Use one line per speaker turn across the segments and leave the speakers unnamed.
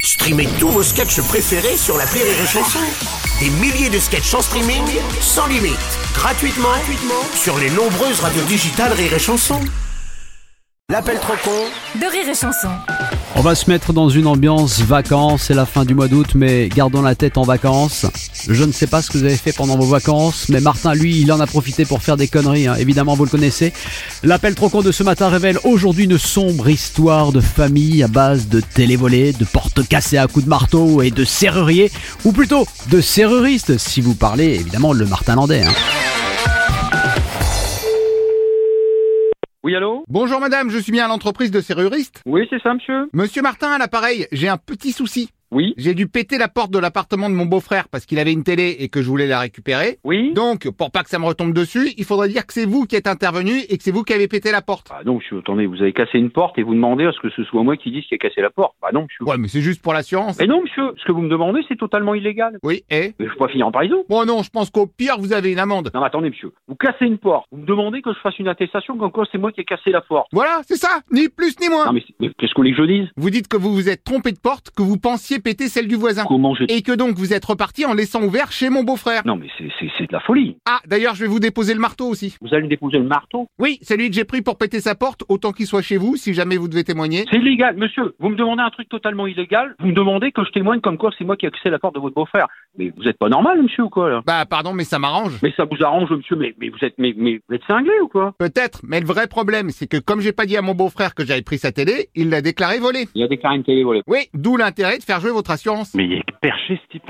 Streamez tous vos sketchs préférés sur la Rire et Chanson. Des milliers de sketchs en streaming, sans limite, gratuitement, gratuitement sur les nombreuses radios digitales Rire et Chanson. L'appel trop con
de rire et chanson.
On va se mettre dans une ambiance vacances, c'est la fin du mois d'août, mais gardons la tête en vacances. Je ne sais pas ce que vous avez fait pendant vos vacances, mais Martin, lui, il en a profité pour faire des conneries, hein. évidemment, vous le connaissez. L'appel trop con de ce matin révèle aujourd'hui une sombre histoire de famille à base de télévolés, de portes cassées à coups de marteau et de serruriers, ou plutôt de serruristes, si vous parlez évidemment le martinlandais. hein.
Oui, allô
Bonjour madame, je suis bien à l'entreprise de serruriste.
Oui, c'est ça, monsieur
Monsieur Martin à l'appareil, j'ai un petit souci.
Oui
J'ai dû péter la porte de l'appartement de mon beau-frère parce qu'il avait une télé et que je voulais la récupérer.
Oui
Donc, pour pas que ça me retombe dessus, il faudrait dire que c'est vous qui êtes intervenu et que c'est vous qui avez pété la porte.
Bah non, monsieur, attendez, vous avez cassé une porte et vous demandez à ce que ce soit moi qui dise qu'il a cassé la porte. Bah non, monsieur.
Ouais, mais c'est juste pour l'assurance.
Mais non, monsieur, ce que vous me demandez, c'est totalement illégal.
Oui, et
Mais je peux pas finir en prison.
Bon non, je pense qu'au pire, vous avez une amende.
Non, mais attendez, monsieur. Vous cassez une porte. Vous me demandez que je fasse une attestation comme quoi c'est moi qui ai cassé la porte.
Voilà, c'est ça, ni plus ni moins.
Non, mais, c'est- mais qu'est-ce qu'on voulez que je dise
Vous dites que vous vous êtes trompé de porte, que vous pensiez péter celle du voisin.
Comment je...
Ah. Et que donc vous êtes reparti en laissant ouvert chez mon beau-frère.
Non, mais c'est, c'est, c'est de la folie.
Ah, d'ailleurs, je vais vous déposer le marteau aussi.
Vous allez me déposer le marteau
Oui, celui que j'ai pris pour péter sa porte, autant qu'il soit chez vous, si jamais vous devez témoigner.
C'est illégal, monsieur. Vous me demandez un truc totalement illégal. Vous me demandez que je témoigne comme quoi c'est moi qui ai cassé la porte de votre beau-frère. Mais vous êtes pas normal, monsieur, ou quoi, là
Bah, pardon, mais ça m'arrange.
Mais ça vous arrange, monsieur, mais, mais vous êtes, mais, mais vous êtes cinglé ou quoi
Peut-être, mais le vrai problème, c'est que comme j'ai pas dit à mon beau-frère que j'avais pris sa télé, il l'a déclaré volée.
Il a déclaré une télé volée.
Oui, d'où l'intérêt de faire jouer votre assurance.
Mais il est perché ce type.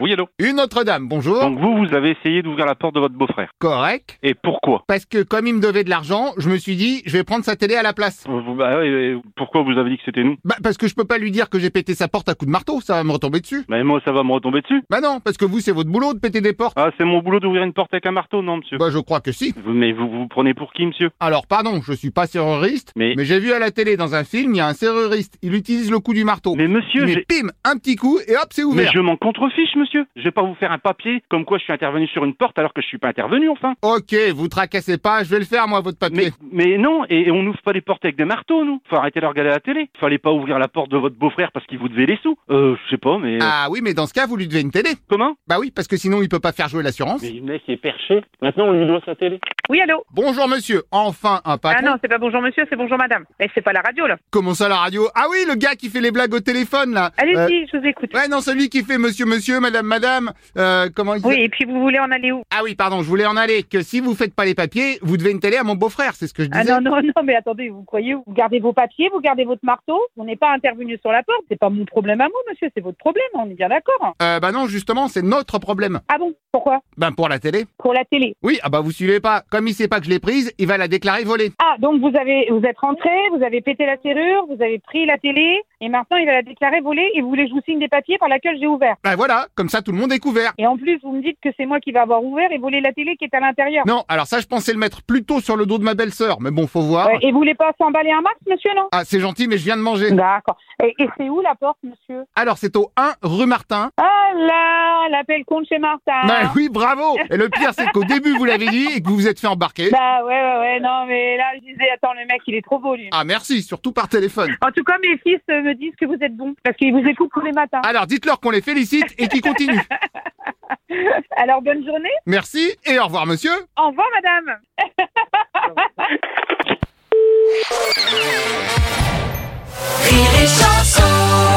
Oui, allô
Une autre dame, bonjour.
Donc vous, vous avez essayé d'ouvrir la porte de votre beau-frère.
Correct.
Et pourquoi
Parce que comme il me devait de l'argent, je me suis dit, je vais prendre sa télé à la place.
Vous- bah ouais, euh, Pourquoi vous avez dit que c'était nous
Bah, parce que je peux pas lui dire que j'ai pété sa porte à coups de marteau, ça va me retomber dessus.
Bah moi, ça va me retomber dessus.
Bah non, parce que vous, c'est votre boulot de péter des portes.
Ah, c'est mon boulot d'ouvrir une porte avec un marteau, non, monsieur
Bah, je crois que si.
Vous- Mais vous vous prenez pour qui, monsieur
Alors, pardon, je suis pas serruriste,
Mais-
mais j'ai vu à la télé dans un film, il y a un serruriste, il utilise le coup du marteau.
Mais monsieur,
Mais
j'ai-
pim, un petit coup et hop, c'est
mais
ouvert.
je m'en contrefiche, monsieur. Je vais pas vous faire un papier comme quoi je suis intervenu sur une porte alors que je suis pas intervenu, enfin.
Ok, vous tracassez pas, je vais le faire moi, votre papier.
Mais, mais non, et, et on n'ouvre pas les portes avec des marteaux, nous. Faut arrêter de regarder la télé. Fallait pas ouvrir la porte de votre beau-frère parce qu'il vous devait les sous. Euh, je sais pas, mais... euh,
Ah oui, mais dans ce cas, vous lui devez une télé.
Comment
Bah oui, parce que sinon, il peut pas faire jouer l'assurance.
Mais le mec est perché. Maintenant, on lui doit sa télé.
Oui, allô
Bonjour monsieur, enfin un
Ah
patron.
non, c'est pas bonjour monsieur, c'est bonjour madame. Mais c'est pas la radio, là.
Comment ça la radio Ah oui, le gars qui fait les blagues au téléphone là. Euh,
Allez-y, je vous écoute.
Ouais, non, celui qui fait monsieur, monsieur, madame, madame. Euh, comment il
Oui, et puis vous voulez en aller où
Ah oui, pardon, je voulais en aller. Que si vous faites pas les papiers, vous devez une télé à mon beau-frère, c'est ce que je
Ah
disais.
non, non, non, mais attendez, vous croyez où Vous gardez vos papiers, vous gardez votre marteau, on n'est pas intervenu sur la porte, c'est pas mon problème à moi, monsieur, c'est votre problème, on est bien d'accord.
Euh, bah non, justement, c'est notre problème.
Ah bon Pourquoi
Ben pour la télé.
Pour la télé.
Oui, ah bah vous suivez pas. Comme il sait pas que je l'ai prise, il va la déclarer volée.
Ah, donc vous avez, vous êtes rentré, vous avez pété la serrure, vous avez pris la télé, et maintenant il va la déclarer volée, et vous voulez que je vous signe des papiers par laquelle j'ai ouvert.
Ben voilà, comme ça tout le monde est couvert.
Et en plus, vous me dites que c'est moi qui vais avoir ouvert et volé la télé qui est à l'intérieur.
Non, alors ça, je pensais le mettre plutôt sur le dos de ma belle-sœur, mais bon, faut voir.
Ouais, Euh, et vous voulez pas s'emballer un max, monsieur, non
Ah, c'est gentil, mais je viens de manger.
D'accord. Et, et c'est où la porte, monsieur
Alors, c'est au 1 rue Martin.
Ah là, l'appel compte chez Martin.
Bah oui, bravo Et le pire, c'est qu'au début, vous l'avez dit et que vous vous êtes fait embarquer.
Bah ouais, ouais, ouais, non, mais là, je disais, attends, le mec, il est trop beau, lui.
Ah, merci, surtout par téléphone.
En tout cas, mes fils euh, me disent que vous êtes bons, parce qu'ils vous écoutent tous les matins.
Alors, dites-leur qu'on les félicite et qu'ils continuent.
Alors, bonne journée.
Merci et au revoir, monsieur.
Au revoir, madame.
Rire et chanson.